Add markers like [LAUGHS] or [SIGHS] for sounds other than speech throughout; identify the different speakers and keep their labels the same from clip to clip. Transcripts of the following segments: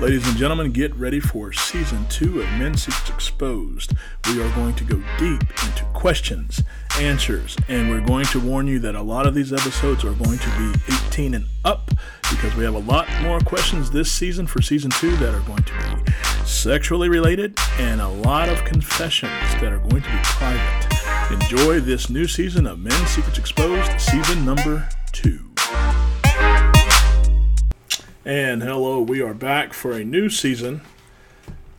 Speaker 1: Ladies and gentlemen, get ready for season two of Men Secrets Exposed. We are going to go deep into questions, answers, and we're going to warn you that a lot of these episodes are going to be 18 and up because we have a lot more questions this season for season two that are going to be sexually related and a lot of confessions that are going to be private. Enjoy this new season of Men Secrets Exposed, season number two. And hello, we are back for a new season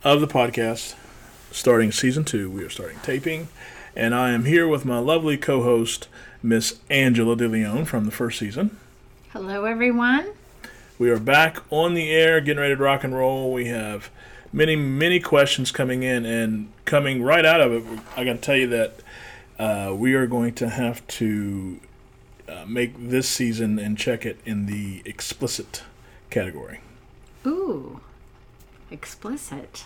Speaker 1: of the podcast, starting season two. We are starting taping, and I am here with my lovely co host, Miss Angela DeLeon from the first season.
Speaker 2: Hello, everyone.
Speaker 1: We are back on the air, getting ready to rock and roll. We have many, many questions coming in, and coming right out of it, I got to tell you that uh, we are going to have to uh, make this season and check it in the explicit category. [LAUGHS]
Speaker 2: Ooh, explicit.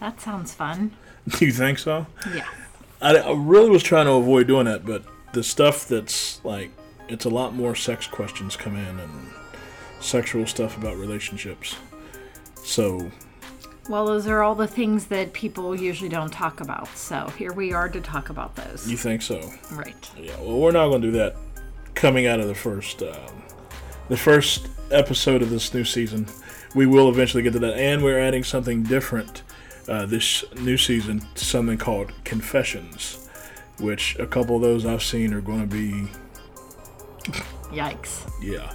Speaker 2: That sounds fun.
Speaker 1: Do you think so?
Speaker 2: Yeah.
Speaker 1: I, I really was trying to avoid doing that, but the stuff that's like, it's a lot more sex questions come in and sexual stuff about relationships. So,
Speaker 2: Well, those are all the things that people usually don't talk about. So here we are to talk about those.
Speaker 1: you think so?
Speaker 2: Right.
Speaker 1: Yeah, well, we're not going to do that coming out of the first um, the first episode of this new season. We will eventually get to that, and we're adding something different uh, this new season, something called confessions, which a couple of those I've seen are going to be
Speaker 2: Yikes.
Speaker 1: yeah.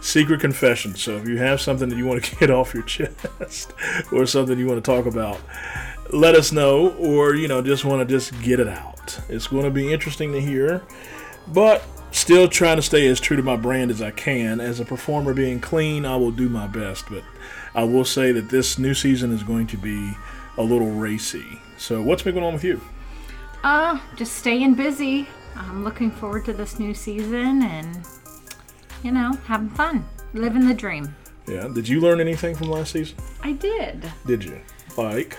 Speaker 1: Secret confessions. So if you have something that you want to [LAUGHS] get off your chest or something you want to talk about, let us know or you know just want to just get it out. It's going to be interesting to hear, but still trying to stay as true to my brand as I can. As a performer being clean, I will do my best, but I will say that this new season is going to be a little racy. So what's been going on with you?
Speaker 2: Uh, just staying busy. I'm looking forward to this new season and, you know, having fun, living the dream.
Speaker 1: Yeah, did you learn anything from last season?
Speaker 2: I did.
Speaker 1: Did you? Like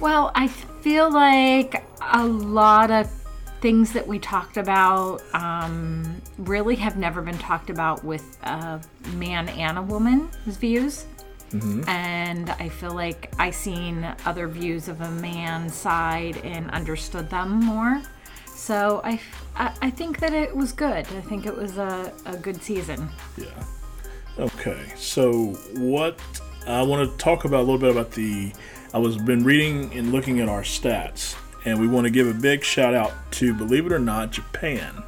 Speaker 2: Well, I feel like a lot of things that we talked about um, really have never been talked about with a man and a woman's views.
Speaker 1: Mm-hmm.
Speaker 2: And I feel like I seen other views of a man's side and understood them more. So I, I, I think that it was good. I think it was a, a good season.
Speaker 1: Yeah. Okay. So what I want to talk about a little bit about the I was been reading and looking at our stats, and we want to give a big shout out to believe it or not Japan.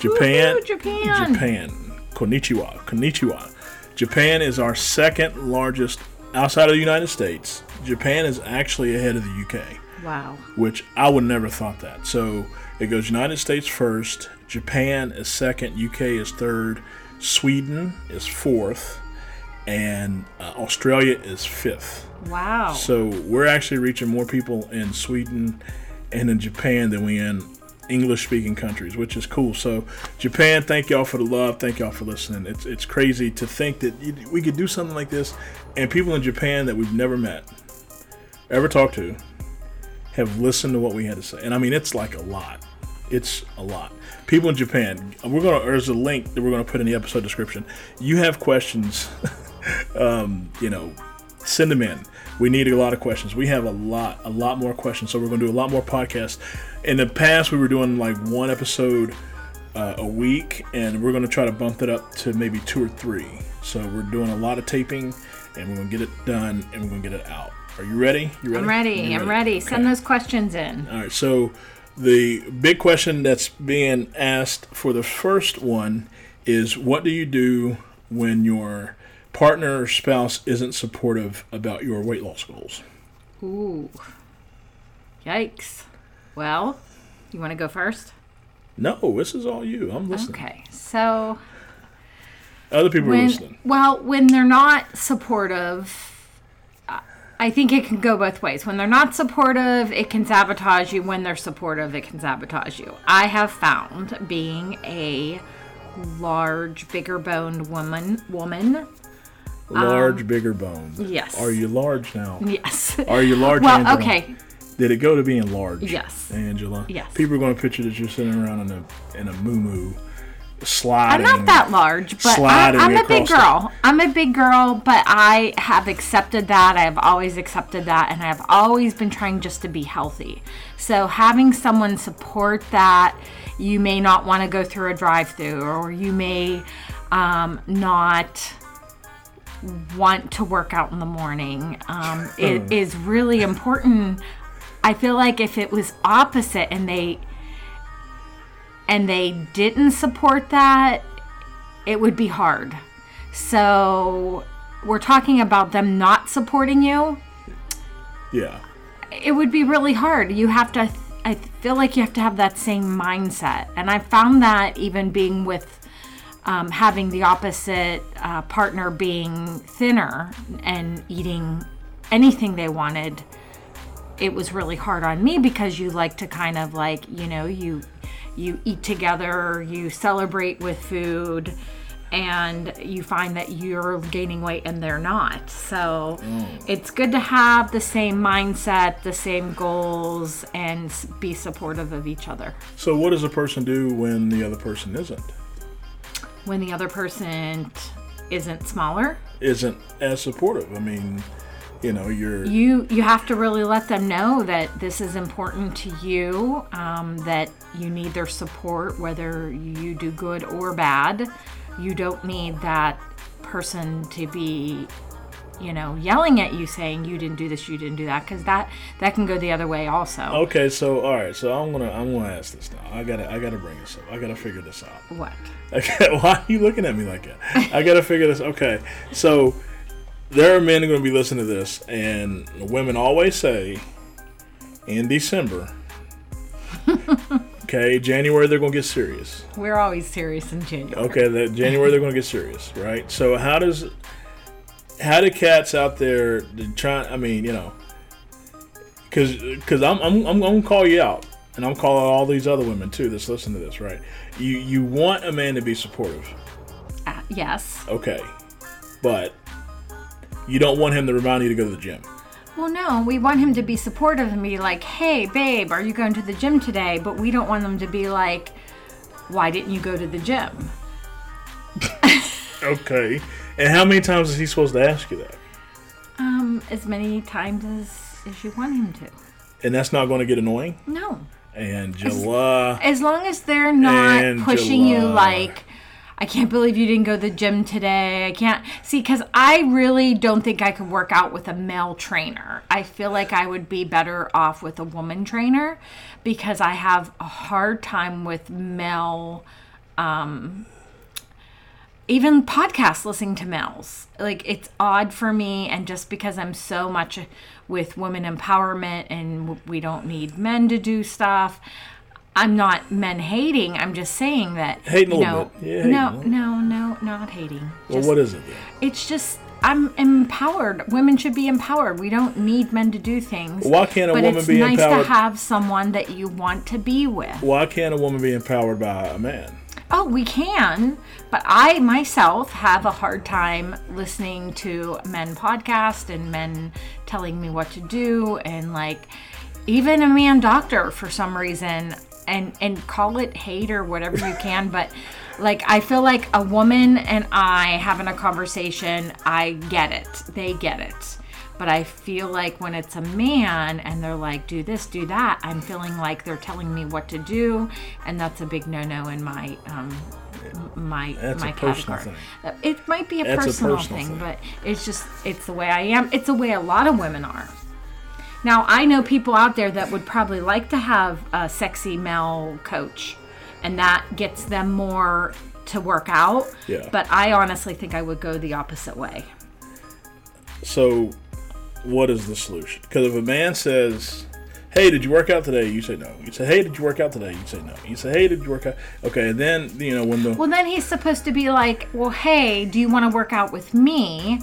Speaker 1: Japan.
Speaker 2: Woohoo, Japan!
Speaker 1: Japan. Konnichiwa. Konnichiwa. Japan is our second largest outside of the United States. Japan is actually ahead of the UK
Speaker 2: Wow.
Speaker 1: which I would never thought that. So it goes United States first, Japan is second, UK is third, Sweden is fourth, and uh, Australia is fifth.
Speaker 2: Wow.
Speaker 1: So we're actually reaching more people in Sweden and in Japan than we in English speaking countries, which is cool. So Japan, thank y'all for the love. Thank y'all for listening. It's it's crazy to think that you- we could do something like this, and people in Japan that we've never met, ever talked to, have listened to what we had to say. And I mean, it's like a lot. It's a lot. People in Japan, we're gonna. There's a link that we're gonna put in the episode description. You have questions [LAUGHS] um, you know, send them in. We need a lot of questions. We have a lot, a lot more questions. So we're going to do a lot more podcasts. In the past, we were doing like one episode uh, a week, and we're going to try to bump it up to maybe two or three. So we're doing a lot of taping, and we're going to get it done, and we're going to get it out. Are you ready? You ready?
Speaker 2: I'm ready.
Speaker 1: You
Speaker 2: I'm ready. Send
Speaker 1: Okay.
Speaker 2: those questions in.
Speaker 1: All right, so the big question that's being asked for the first one is what do you do when your partner or spouse isn't supportive about your weight loss goals?
Speaker 2: Ooh. Yikes. Well, you want to go first?
Speaker 1: No, this is all you. I'm listening.
Speaker 2: Okay. So,
Speaker 1: Other people are
Speaker 2: when,
Speaker 1: listening.
Speaker 2: well, when they're not supportive, I- I think it can go both ways. When they're not supportive, it can sabotage you. When they're supportive, it can sabotage you. I have found being a large, bigger boned woman, woman, [LAUGHS]
Speaker 1: Large, bigger bone.
Speaker 2: um, yes.
Speaker 1: Are you large now?
Speaker 2: yes.
Speaker 1: Are you large?
Speaker 2: well,
Speaker 1: Angela?
Speaker 2: okay.
Speaker 1: Did it go to being large?
Speaker 2: Yes.
Speaker 1: Angela.
Speaker 2: Yes.
Speaker 1: People are going to picture that you're sitting around in a in a moo sliding.
Speaker 2: I'm not that large, but
Speaker 1: sliding
Speaker 2: I, am a
Speaker 1: across
Speaker 2: big
Speaker 1: the-
Speaker 2: girl. I'm a big girl, but I have accepted that. I've always accepted that, and I've always been trying just to be healthy. So having someone support that, you may not want to go through a drive-through, or you may um, not want to work out in the morning. Um,
Speaker 1: Hmm.
Speaker 2: it is really important. I feel like if it was opposite and they and they didn't support that, it would be hard. So we're talking about them not supporting you.
Speaker 1: Yeah.
Speaker 2: It would be really hard. You have to, I feel like you have to have that same mindset. And I found that even being with um, having the opposite uh, partner being thinner and eating anything they wanted it was really hard on me because you like to kind of like you know you you eat together you celebrate with food and you find that you're gaining weight and they're not so it's good to have the same mindset the same goals and s- be supportive of each other
Speaker 1: So what does a person do when the other person isn't?
Speaker 2: when the other person t- isn't smaller
Speaker 1: Isn't as supportive. I mean, you know, you're
Speaker 2: you you have to really let them know that this is important to you um, that you need their support whether you do good or bad you don't need that person to be you know yelling at you saying you didn't do this you didn't do that because that that can go the other way also
Speaker 1: Okay, so all right, so I'm gonna I'm gonna ask this now. I gotta I gotta bring this up. I gotta figure this out. [LAUGHS]
Speaker 2: what
Speaker 1: Okay, why are you looking at me like that? I gotta figure this. Okay, so there are men who are gonna be listening to this, and women always say in December. [LAUGHS] okay, January they're gonna get serious.
Speaker 2: we're always serious in january
Speaker 1: Okay, that January they're going to get serious, right? So how does how do cats out there try? I mean, you know, because because I'm I'm I'm going to call you out, and I'm calling all these other women too that's listening to this, right? You you want a man to be supportive,
Speaker 2: Uh, yes
Speaker 1: okay, but you don't want him to remind you to go to the gym.
Speaker 2: well no we want him to be supportive and be like hey babe are you going to the gym today but we don't want them to be like why didn't you go to the gym
Speaker 1: Okay, and how many times is he supposed to ask you that?
Speaker 2: Um, as many times as, as you want him to.
Speaker 1: And that's not going to get annoying.
Speaker 2: No.
Speaker 1: And July.
Speaker 2: As long as they're not
Speaker 1: Angela.
Speaker 2: pushing you like, I can't believe you didn't go to the gym today. I can't. See, because I really don't think I could work out with a male trainer. I feel like I would be better off with a woman trainer because I have a hard time with male. even podcasts listening to males like it's odd for me and just because i'm so much with women empowerment and w- we don't need men to do stuff i'm not men hating i'm just saying that
Speaker 1: Hating a
Speaker 2: you
Speaker 1: little
Speaker 2: know,
Speaker 1: bit. Yeah, hating a
Speaker 2: no
Speaker 1: little bit.
Speaker 2: no no not hating
Speaker 1: Well,
Speaker 2: Just-
Speaker 1: what is it then?
Speaker 2: it's just i'm empowered women should be empowered we don't need men to do things
Speaker 1: Why can't a
Speaker 2: but
Speaker 1: woman
Speaker 2: it's
Speaker 1: be
Speaker 2: nice
Speaker 1: empowered?
Speaker 2: to have someone that you want to be with
Speaker 1: Why can't a woman be empowered by a man?
Speaker 2: Oh, we can, but I myself have a hard time listening to men podcast and men telling me what to do and like even a man doctor for some reason and and call it hate or whatever you can, but like I feel like a woman and I having a conversation, I get it. They get it. But I feel like when it's a man and they're like, do this, do that, I'm feeling like they're telling me what to do, and that's a big no-no in my um, m- my
Speaker 1: That's a
Speaker 2: my
Speaker 1: personal
Speaker 2: category. Uh, It might be a
Speaker 1: That's a
Speaker 2: personal,
Speaker 1: personal
Speaker 2: thing,
Speaker 1: thing.
Speaker 2: but it's just it's the way I am. It's the way a lot of women are. Now I know people out there that would probably like to have a sexy male coach, and that gets them more to work out.
Speaker 1: Yeah.
Speaker 2: But I honestly think I would go the opposite way.
Speaker 1: So, what is the solution? Because if a man says, "Hey, did you work out today?" You say no. You say, "Hey, did you work out today?" You say no. You say, "Hey, did you work out?" Okay, and then you know when the
Speaker 2: Well, then he's supposed to be like, well, hey, do you want to work out with me?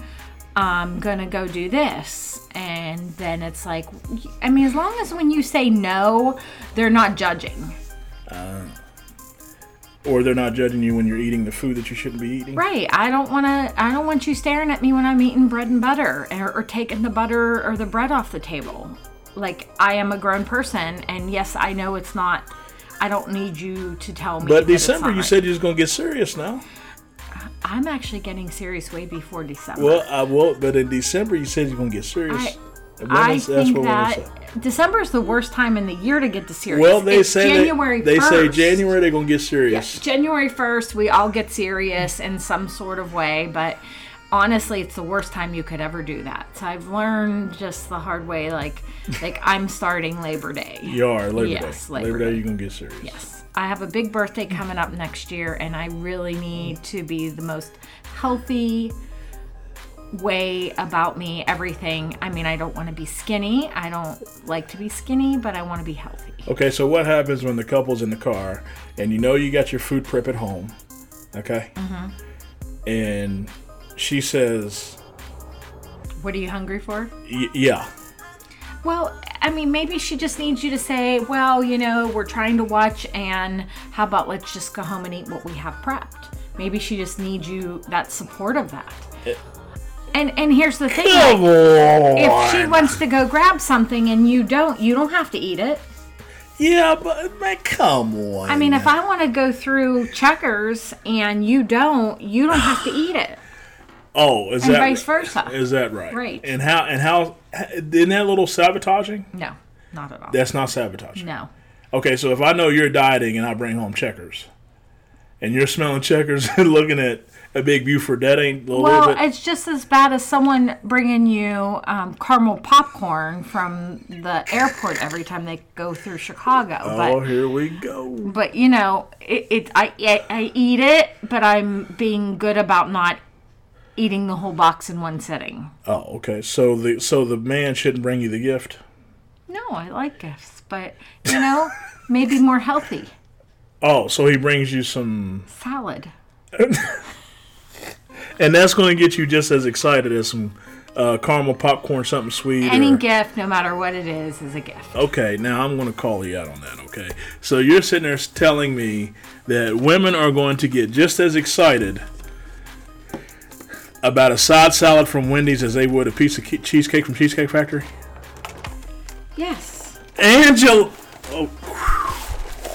Speaker 2: I'm gonna go do this. And then it's like, I mean, as long as when you say no, they're not judging.
Speaker 1: or they're not judging you when you're eating the food that you shouldn't be eating.
Speaker 2: Right. I don't want to, I don't want you staring at me when I'm eating bread and butter or, or taking the butter or the bread off the table. Like, I am a grown person, and yes, I know it's not. I don't need you to tell me.
Speaker 1: But
Speaker 2: that it's
Speaker 1: December,
Speaker 2: not
Speaker 1: you
Speaker 2: right.
Speaker 1: said you was gonna get serious now.
Speaker 2: I'm actually getting serious way before December.
Speaker 1: Well, I will. But in December, you said you're gonna get serious.
Speaker 2: I-
Speaker 1: And when
Speaker 2: I
Speaker 1: is- that's
Speaker 2: think
Speaker 1: what we're gonna say.
Speaker 2: that December is the worst time in the year to get to serious.
Speaker 1: Well, they
Speaker 2: It's
Speaker 1: say they-
Speaker 2: January.
Speaker 1: They,
Speaker 2: 1st.
Speaker 1: say January they're gonna get serious.
Speaker 2: January 1st, we all get serious in some sort of way, but honestly, it's the worst time you could ever do that. So I've learned just the hard way like like I'm starting Labor Day.
Speaker 1: You are Labor
Speaker 2: Yes,
Speaker 1: Day.
Speaker 2: Labor
Speaker 1: Labor, Day,
Speaker 2: Day.
Speaker 1: you're gonna get serious.
Speaker 2: Yes. I have a big birthday coming up next year and I really need to be the most healthy way about me everything. I mean, I don't want to be skinny. I don't like to be skinny, but I want to be healthy.
Speaker 1: Okay, so what happens when the couple's in the car and you know you got your food prep at home, okay?
Speaker 2: Mm-hmm.
Speaker 1: And she says,
Speaker 2: What are you hungry for?
Speaker 1: y- "Yeah,
Speaker 2: Well, I mean, maybe she just needs you to say, well, you know, we're trying to watch, and how about let's just go home and eat what we have prepped? Maybe she just needs you that support of that. and and here's
Speaker 1: [LAUGHS]
Speaker 2: the thing: like,
Speaker 1: come on."
Speaker 2: if she wants to go grab something and you don't, you don't have to eat it.
Speaker 1: yeah, but man, come on.
Speaker 2: I mean, if I want to go through checkers and you don't, you don't have to eat it. [SIGHS]
Speaker 1: oh, is
Speaker 2: and
Speaker 1: that
Speaker 2: vice versa.
Speaker 1: [LAUGHS] Is that right?
Speaker 2: Right.
Speaker 1: And how? And how? Isn't that a little sabotaging?
Speaker 2: No, not at all.
Speaker 1: That's not sabotaging.
Speaker 2: No.
Speaker 1: Okay, so if I know you're dieting and I bring home checkers, and you're smelling checkers [LAUGHS] and looking at a big Buford, that ain't a little
Speaker 2: Well,
Speaker 1: bit.
Speaker 2: it's just as bad as someone bringing you um, caramel popcorn from the airport every time they go through Chicago.
Speaker 1: oh,
Speaker 2: But
Speaker 1: here we go.
Speaker 2: but you know, it, it I, I I eat it, but I'm being good about not eating the whole box in one sitting.
Speaker 1: Oh, okay. So the so the man shouldn't bring you the gift.
Speaker 2: No, I like gifts, but you know, maybe more healthy
Speaker 1: Oh, so he brings you some,
Speaker 2: salad.
Speaker 1: and that's going to get you just as excited as some uh, caramel popcorn, something sweet.
Speaker 2: Any
Speaker 1: or-
Speaker 2: gift, no matter what it is, is a gift.
Speaker 1: okay, now I'm going to call you out on that. Okay, so you're sitting there telling me that women are going to get just as excited about a side salad from Wendy's as they would a piece of ke- cheesecake from Cheesecake Factory.
Speaker 2: Yes,
Speaker 1: Angel,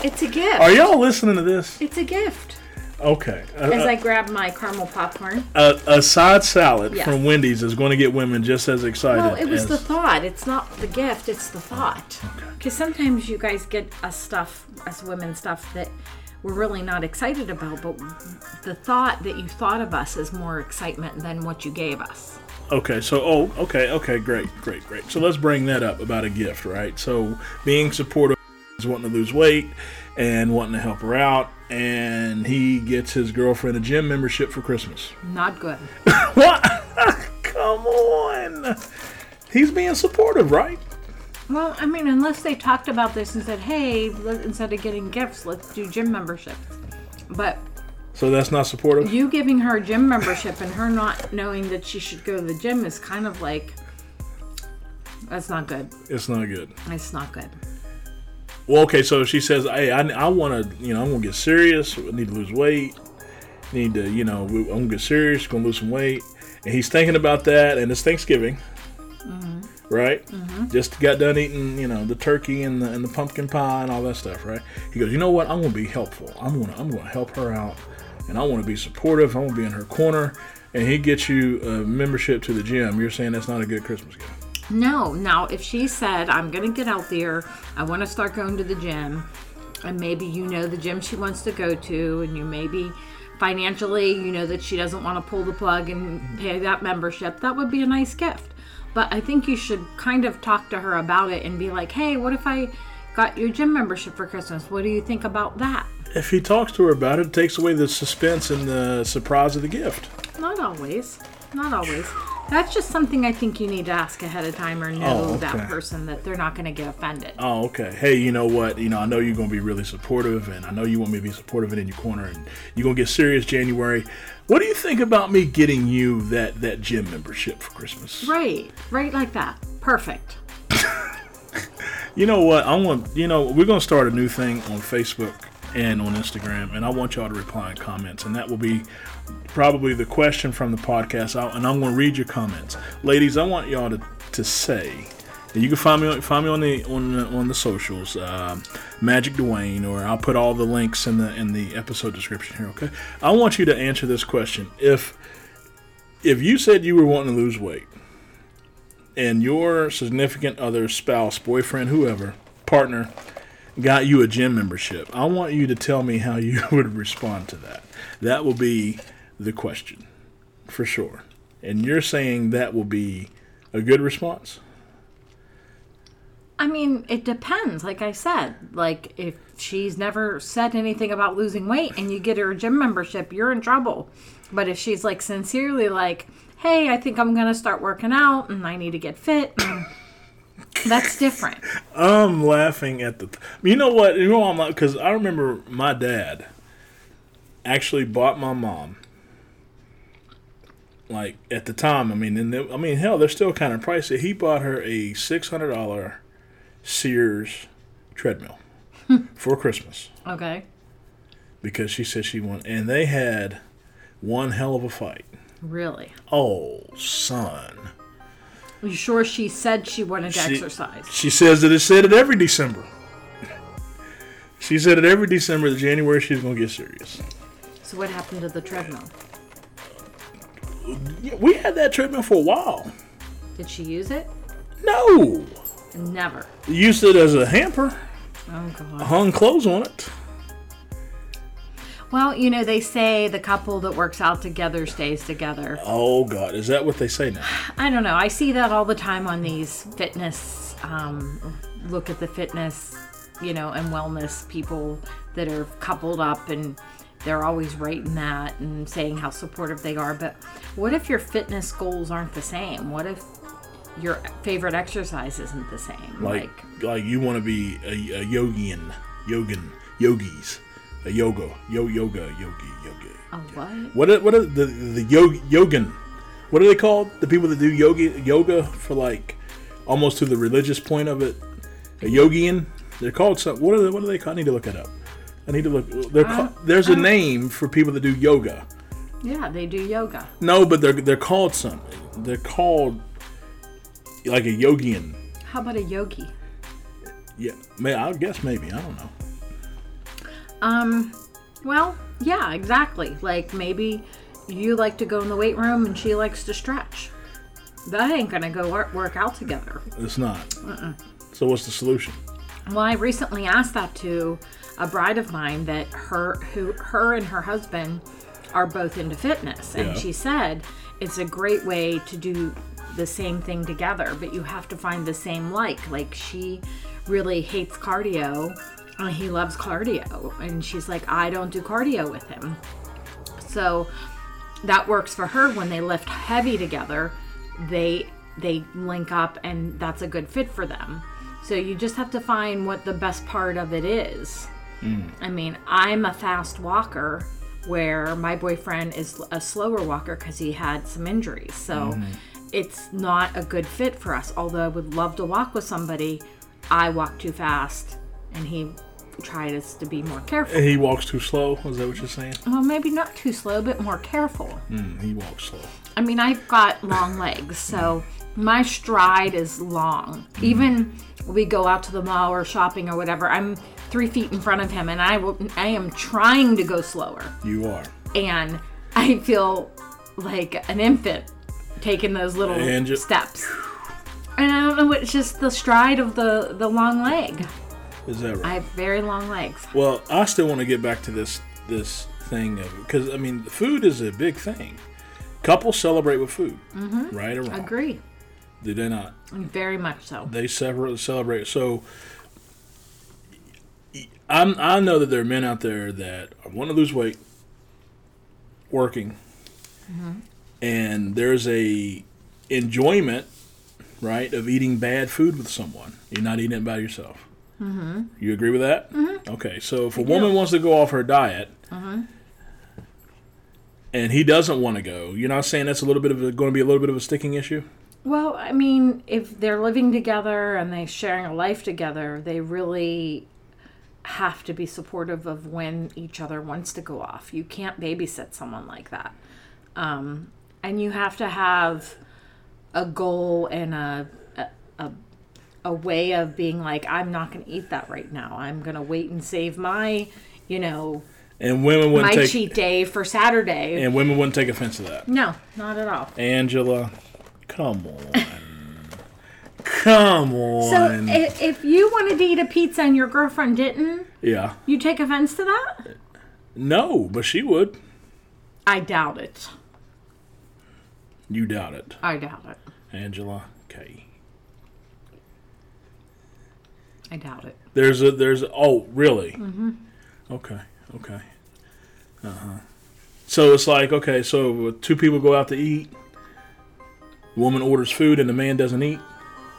Speaker 2: it's a gift.
Speaker 1: are y'all listening to this?
Speaker 2: it's a gift.
Speaker 1: Okay, uh, a-
Speaker 2: As I grab my caramel popcorn.
Speaker 1: a, a side salad
Speaker 2: Yes.
Speaker 1: from Wendy's is going to get women just as excited.
Speaker 2: Well, it was
Speaker 1: as,
Speaker 2: the thought. It's not the gift. It's the thought. Because sometimes you guys get us stuff, us women stuff that we're really not excited about, but the thought that you thought of us is more excitement than what you gave us.
Speaker 1: okay. So, oh, okay, okay, great, great, great. So let's bring that up about a gift, right? So being supportive is wanting to lose weight and wanting to help her out, and he gets his girlfriend a gym membership for Christmas. [LAUGHS]
Speaker 2: Not good.
Speaker 1: What? Come on. He's being supportive, right?
Speaker 2: Well, I mean, unless they talked about this and said, "Hey, let, instead of getting gifts, let's do gym memberships." But
Speaker 1: So that's not supportive.
Speaker 2: you giving her a gym membership and her not knowing that she should go to the gym is kind of like that's not good.
Speaker 1: It's not good.
Speaker 2: It's not good.
Speaker 1: Well, okay, so she says, "Hey, I, I want to, you know, I'm gonna get serious. I need to lose weight. Need to, you know, we- I'm gonna get serious. Gonna lose some weight." And he's thinking about that, and it's Thanksgiving, right? Just got done eating, you know, the turkey and the and the pumpkin pie and all that stuff, right? He goes, "You know what? I'm gonna be helpful. I'm gonna I'm gonna help her out, and I want to be supportive. I'm gonna be in her corner." And he gets you a membership to the gym. You're saying that's not a good Christmas gift.
Speaker 2: No. Now, if she said, I'm going to get out there, I want to start going to the gym, and maybe you know the gym she wants to go to, and you maybe financially, you know that she doesn't want to pull the plug and pay that membership, that would be a nice gift. But I think you should kind of talk to her about it and be like, hey, what if I got your gym membership for Christmas? What do you think about that?
Speaker 1: If he talks to her about it, it takes away the suspense and the surprise of the gift.
Speaker 2: Not always. Not always. That's just something I think you need to ask ahead of time or know
Speaker 1: Oh, okay.
Speaker 2: that person that they're not going to get offended.
Speaker 1: Oh, okay. Hey, you know what? You know, I know you're gonna be really supportive, and I know you want me to be supportive and in your corner, and you're gonna get serious January. What do you think about me getting you that that gym membership for Christmas?
Speaker 2: Right, right like that. Perfect.
Speaker 1: You know what? I want. You know, we're gonna start a new thing on Facebook and on Instagram, and I want y'all to reply in comments, and that will be probably the question from the podcast. I'll, and I'm gonna read your comments, ladies. I want y'all to to say And you can find me on- find me on the on the, on the socials, um, Magic Dwayne, or I'll put all the links in the in the episode description here. Okay, I want you to answer this question: If if you said you were wanting to lose weight, and your significant other, spouse, boyfriend, whoever, partner, got you a gym membership, I want you to tell me how you [LAUGHS] would respond to that. That will be the question for sure. And you're saying that will be a good response?
Speaker 2: I mean, it depends. Like I said, like if she's never said anything about losing weight and you get her a gym membership, you're in trouble. But if she's like sincerely like, "Hey, I think I'm going to start working out and I need to get fit." and- That's different.
Speaker 1: I'm laughing at the. you know what? You know why I'm like because I remember my dad actually bought my mom. Like at the time, I mean, and they- I mean, hell, they're still kind of pricey. He bought her a six hundred dollar Sears treadmill for Christmas
Speaker 2: Okay.
Speaker 1: because she said she wanted, and they had one hell of a fight.
Speaker 2: Really.
Speaker 1: Oh, son.
Speaker 2: You sure she said she wanted to
Speaker 1: She-
Speaker 2: exercise?
Speaker 1: She says that it said it every December. She said it every December to January she's gonna get serious.
Speaker 2: So what happened to the treadmill?
Speaker 1: Yeah, we had that treatment for a while.
Speaker 2: Did she use it?
Speaker 1: No,
Speaker 2: Never.
Speaker 1: used it as a hamper,
Speaker 2: Oh god.
Speaker 1: hung clothes on it.
Speaker 2: Well, you know they say the couple that works out together stays together.
Speaker 1: Oh God, is that what they say now?
Speaker 2: I don't know. I see that all the time on these fitness, um, look at the fitness, you know, and wellness people that are coupled up and they're always rating that and saying how supportive they are. But what if your fitness goals aren't the same? What if your favorite exercise isn't the same?
Speaker 1: Like, like you want to be a, a yogian, yogin, yogis, a yoga, yo yoga, yogi, yogi.
Speaker 2: a what?
Speaker 1: What are, what are the the yog, yogin? What are they called? The people that do yogi yoga for like almost to the religious point of it. A yogian. They're called something. What are they, what are they called? I need to look it up. I need to look. They're ca- there's a name for people that do yoga.
Speaker 2: Yeah, they do yoga.
Speaker 1: No, but they're they're called something. They're called like a yogian.
Speaker 2: How about a yogi?
Speaker 1: Yeah, may I guess maybe I don't know.
Speaker 2: Um, well, yeah, exactly. Like maybe you like to go in the weight room and she likes to stretch. That ain't gonna go work, work out together.
Speaker 1: It's not. So what's the solution?
Speaker 2: Well, I recently asked that to a bride of mine that her who her and her husband are both into fitness, and
Speaker 1: Yeah.
Speaker 2: she said it's a great way to do the same thing together, but you have to find the same like. Like she really hates cardio, and he loves cardio, and she's like, I don't do cardio with him, so that works for her when they lift heavy together they they link up and that's a good fit for them so you just have to find what the best part of it is i mean i'm a fast walker where my boyfriend is a slower walker because he had some injuries so it's not a good fit for us although i would love to walk with somebody i walk too fast and he tries to be more careful
Speaker 1: He walks too slow. Is that what you're saying?
Speaker 2: well maybe not too slow but more careful
Speaker 1: Mm, he walks slow.
Speaker 2: I mean, I've got long legs, so my stride is long. Even we go out to the mall or shopping or whatever, I'm three feet in front of him, and I will. I am trying to go slower,
Speaker 1: You are.
Speaker 2: and I feel like an infant taking those little
Speaker 1: And ju-
Speaker 2: steps. And I don't know, it's just the stride of the the long leg.
Speaker 1: Is that right?
Speaker 2: I have very long legs.
Speaker 1: Well, I still want to get back to this this thing of because I mean, food is a big thing. Couples celebrate with food, mm-hmm. right or wrong?
Speaker 2: Agree,
Speaker 1: Do they not?
Speaker 2: very much so.
Speaker 1: They separate celebrate. So, I'm I know that there are men out there that want to lose weight, working, and there's a enjoyment, right, of eating bad food with someone. You're not eating it by yourself. You agree with that? Okay, so if a woman wants to go off her diet and he doesn't want to go, you're not saying that's a little bit of going to be a little bit of a sticking issue.
Speaker 2: Well, I mean, if they're living together and they're sharing a life together, they really have to be supportive of when each other wants to go off. You can't babysit someone like that. Um, and you have to have a goal and a, a, a a way of being like, I'm not going to eat that right now. I'm going to wait and save my, you know,
Speaker 1: And women
Speaker 2: my
Speaker 1: wouldn't take
Speaker 2: cheat day for Saturday.
Speaker 1: and women wouldn't take offense to that.
Speaker 2: No, not at all.
Speaker 1: Angela, come on. come
Speaker 2: So eh.
Speaker 1: on.
Speaker 2: if, if you wanted to eat a pizza and your girlfriend didn't,
Speaker 1: yeah.
Speaker 2: you take offense to that?
Speaker 1: No, but she would.
Speaker 2: I doubt it.
Speaker 1: You doubt it.
Speaker 2: I doubt it.
Speaker 1: Angela K.
Speaker 2: I doubt it.
Speaker 1: There's a there's a, oh really? Mm-hmm. Okay, okay. Uh huh. So it's like okay, so two people go out to eat. Woman orders food and the man doesn't eat.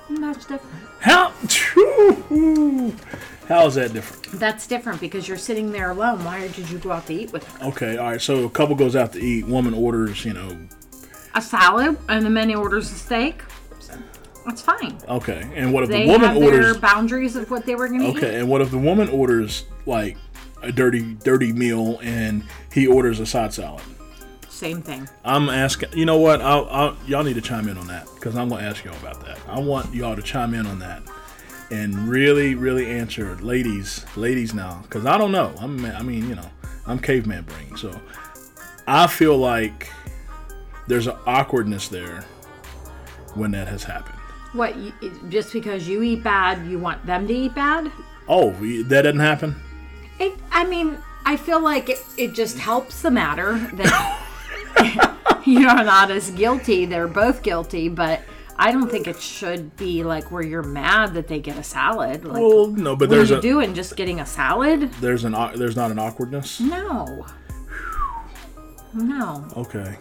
Speaker 2: Mm, That's different.
Speaker 1: How? How is that different?
Speaker 2: That's different because you're sitting there alone. Why did you go out to eat with her?
Speaker 1: Okay, all right. So a couple goes out to eat. Woman orders, you know,
Speaker 2: A salad and the man orders a steak. That's fine.
Speaker 1: okay. And what if
Speaker 2: They
Speaker 1: the woman
Speaker 2: have
Speaker 1: orders?
Speaker 2: their boundaries of what they were going to eat.
Speaker 1: Okay, and what if the woman orders like a dirty, dirty meal and he orders a side salad?
Speaker 2: Same thing.
Speaker 1: I'm asking. You know what? I'll, I'll, y'all need to chime in on that because I'm going to ask y'all about that. I want y'all to chime in on that and really, really answer, ladies, ladies now, because I don't know. I'm, I mean, you know, I'm caveman brain, so I feel like there's an awkwardness there when that has happened.
Speaker 2: What? You, it- just because you eat bad, you want them to eat bad?
Speaker 1: Oh, we- that doesn't happen.
Speaker 2: It, I mean, I feel like it, it just helps the matter that
Speaker 1: [LAUGHS]
Speaker 2: [LAUGHS] you're not as guilty. They're both guilty, but I don't think it should be like where you're mad that they get a salad. Like,
Speaker 1: Well, no, but
Speaker 2: what are
Speaker 1: there's
Speaker 2: you
Speaker 1: a
Speaker 2: doing? Just getting a salad?
Speaker 1: there's an au- there's not an awkwardness.
Speaker 2: No. No.
Speaker 1: Okay.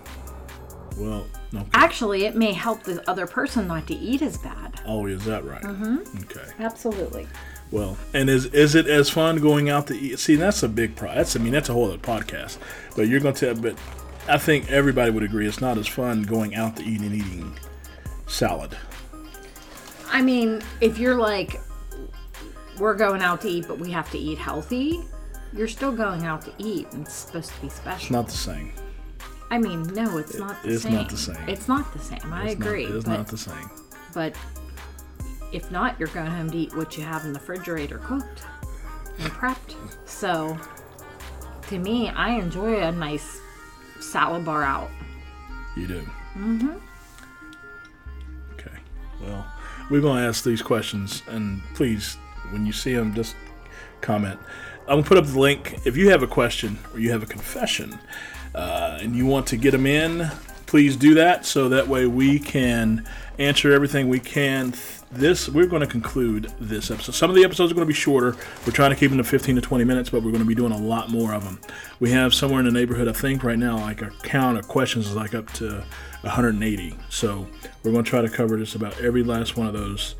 Speaker 1: Well, no.
Speaker 2: Actually, it may help the other person not to eat as bad.
Speaker 1: Oh, is that right? Mm-hmm. Okay.
Speaker 2: Absolutely.
Speaker 1: Well, and is is it as fun going out to eat? See, that's a big pro. That's I mean, that's a whole other podcast. But you're going to tell. But I think everybody would agree it's not as fun going out to eat and eating salad.
Speaker 2: I mean, if you're like, we're going out to eat, but we have to eat healthy, you're still going out to eat, and it's supposed to be
Speaker 1: It's
Speaker 2: special.
Speaker 1: not the same.
Speaker 2: I mean, no, it's not the
Speaker 1: it's
Speaker 2: same.
Speaker 1: not the same.
Speaker 2: It's not the same. I
Speaker 1: It's not-
Speaker 2: agree.
Speaker 1: it's
Speaker 2: but,
Speaker 1: not the same.
Speaker 2: but if not, you're going home to eat what you have in the refrigerator cooked and prepped. So, to me, I enjoy a nice salad bar out.
Speaker 1: You do. Mm-hmm. Okay. Well, we're going to ask these questions, and please, when you see them, just comment. I'm going to put up the link. If you have a question or you have a confession uh, and you want to get them in, please do that so that way we can answer everything we can. This we're going to conclude this episode. Some of the episodes are going to be shorter. We're trying to keep them to 15 to 20 minutes, but we're going to be doing a lot more of them. We have somewhere in the neighborhood, I think right now, like our count of questions is like up to 180. So we're going to try to cover just about every last one of those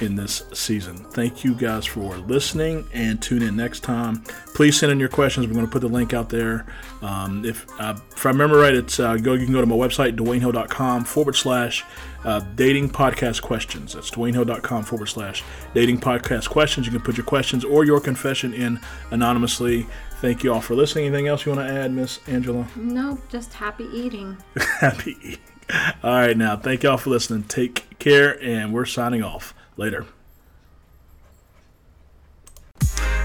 Speaker 1: in this season. Thank you guys for listening and tune in next time. Please send in your questions. We're going to put the link out there. Um, if, uh, if I remember right, it's uh, go. You can go to my website, dwaynehill.com forward slash uh, dating podcast questions. That's dwaynehill.com forward slash dating podcast questions. You can put your questions or your confession in anonymously. Thank you all for listening. Anything else you want to add, Miss Angela?
Speaker 2: No, just happy eating.
Speaker 1: [LAUGHS] Happy. eating. All right, now thank y'all for listening. Take care, and we're signing off. Later.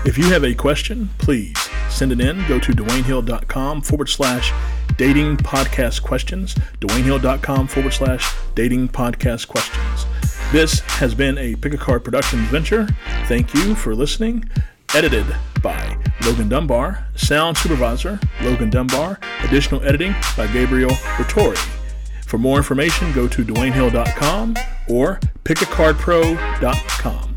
Speaker 1: If you have a question, please send it in. Go to DwayneHill.com forward slash dating podcast questions. DwayneHill.com forward slash dating podcast questions. This has been a Pick a Card Productions venture. Thank you for listening. Edited by Logan Dunbar. Sound supervisor, Logan Dunbar. Additional editing by Gabriel Vittori. For more information, go to DwayneHill.com or PickACardPro.com.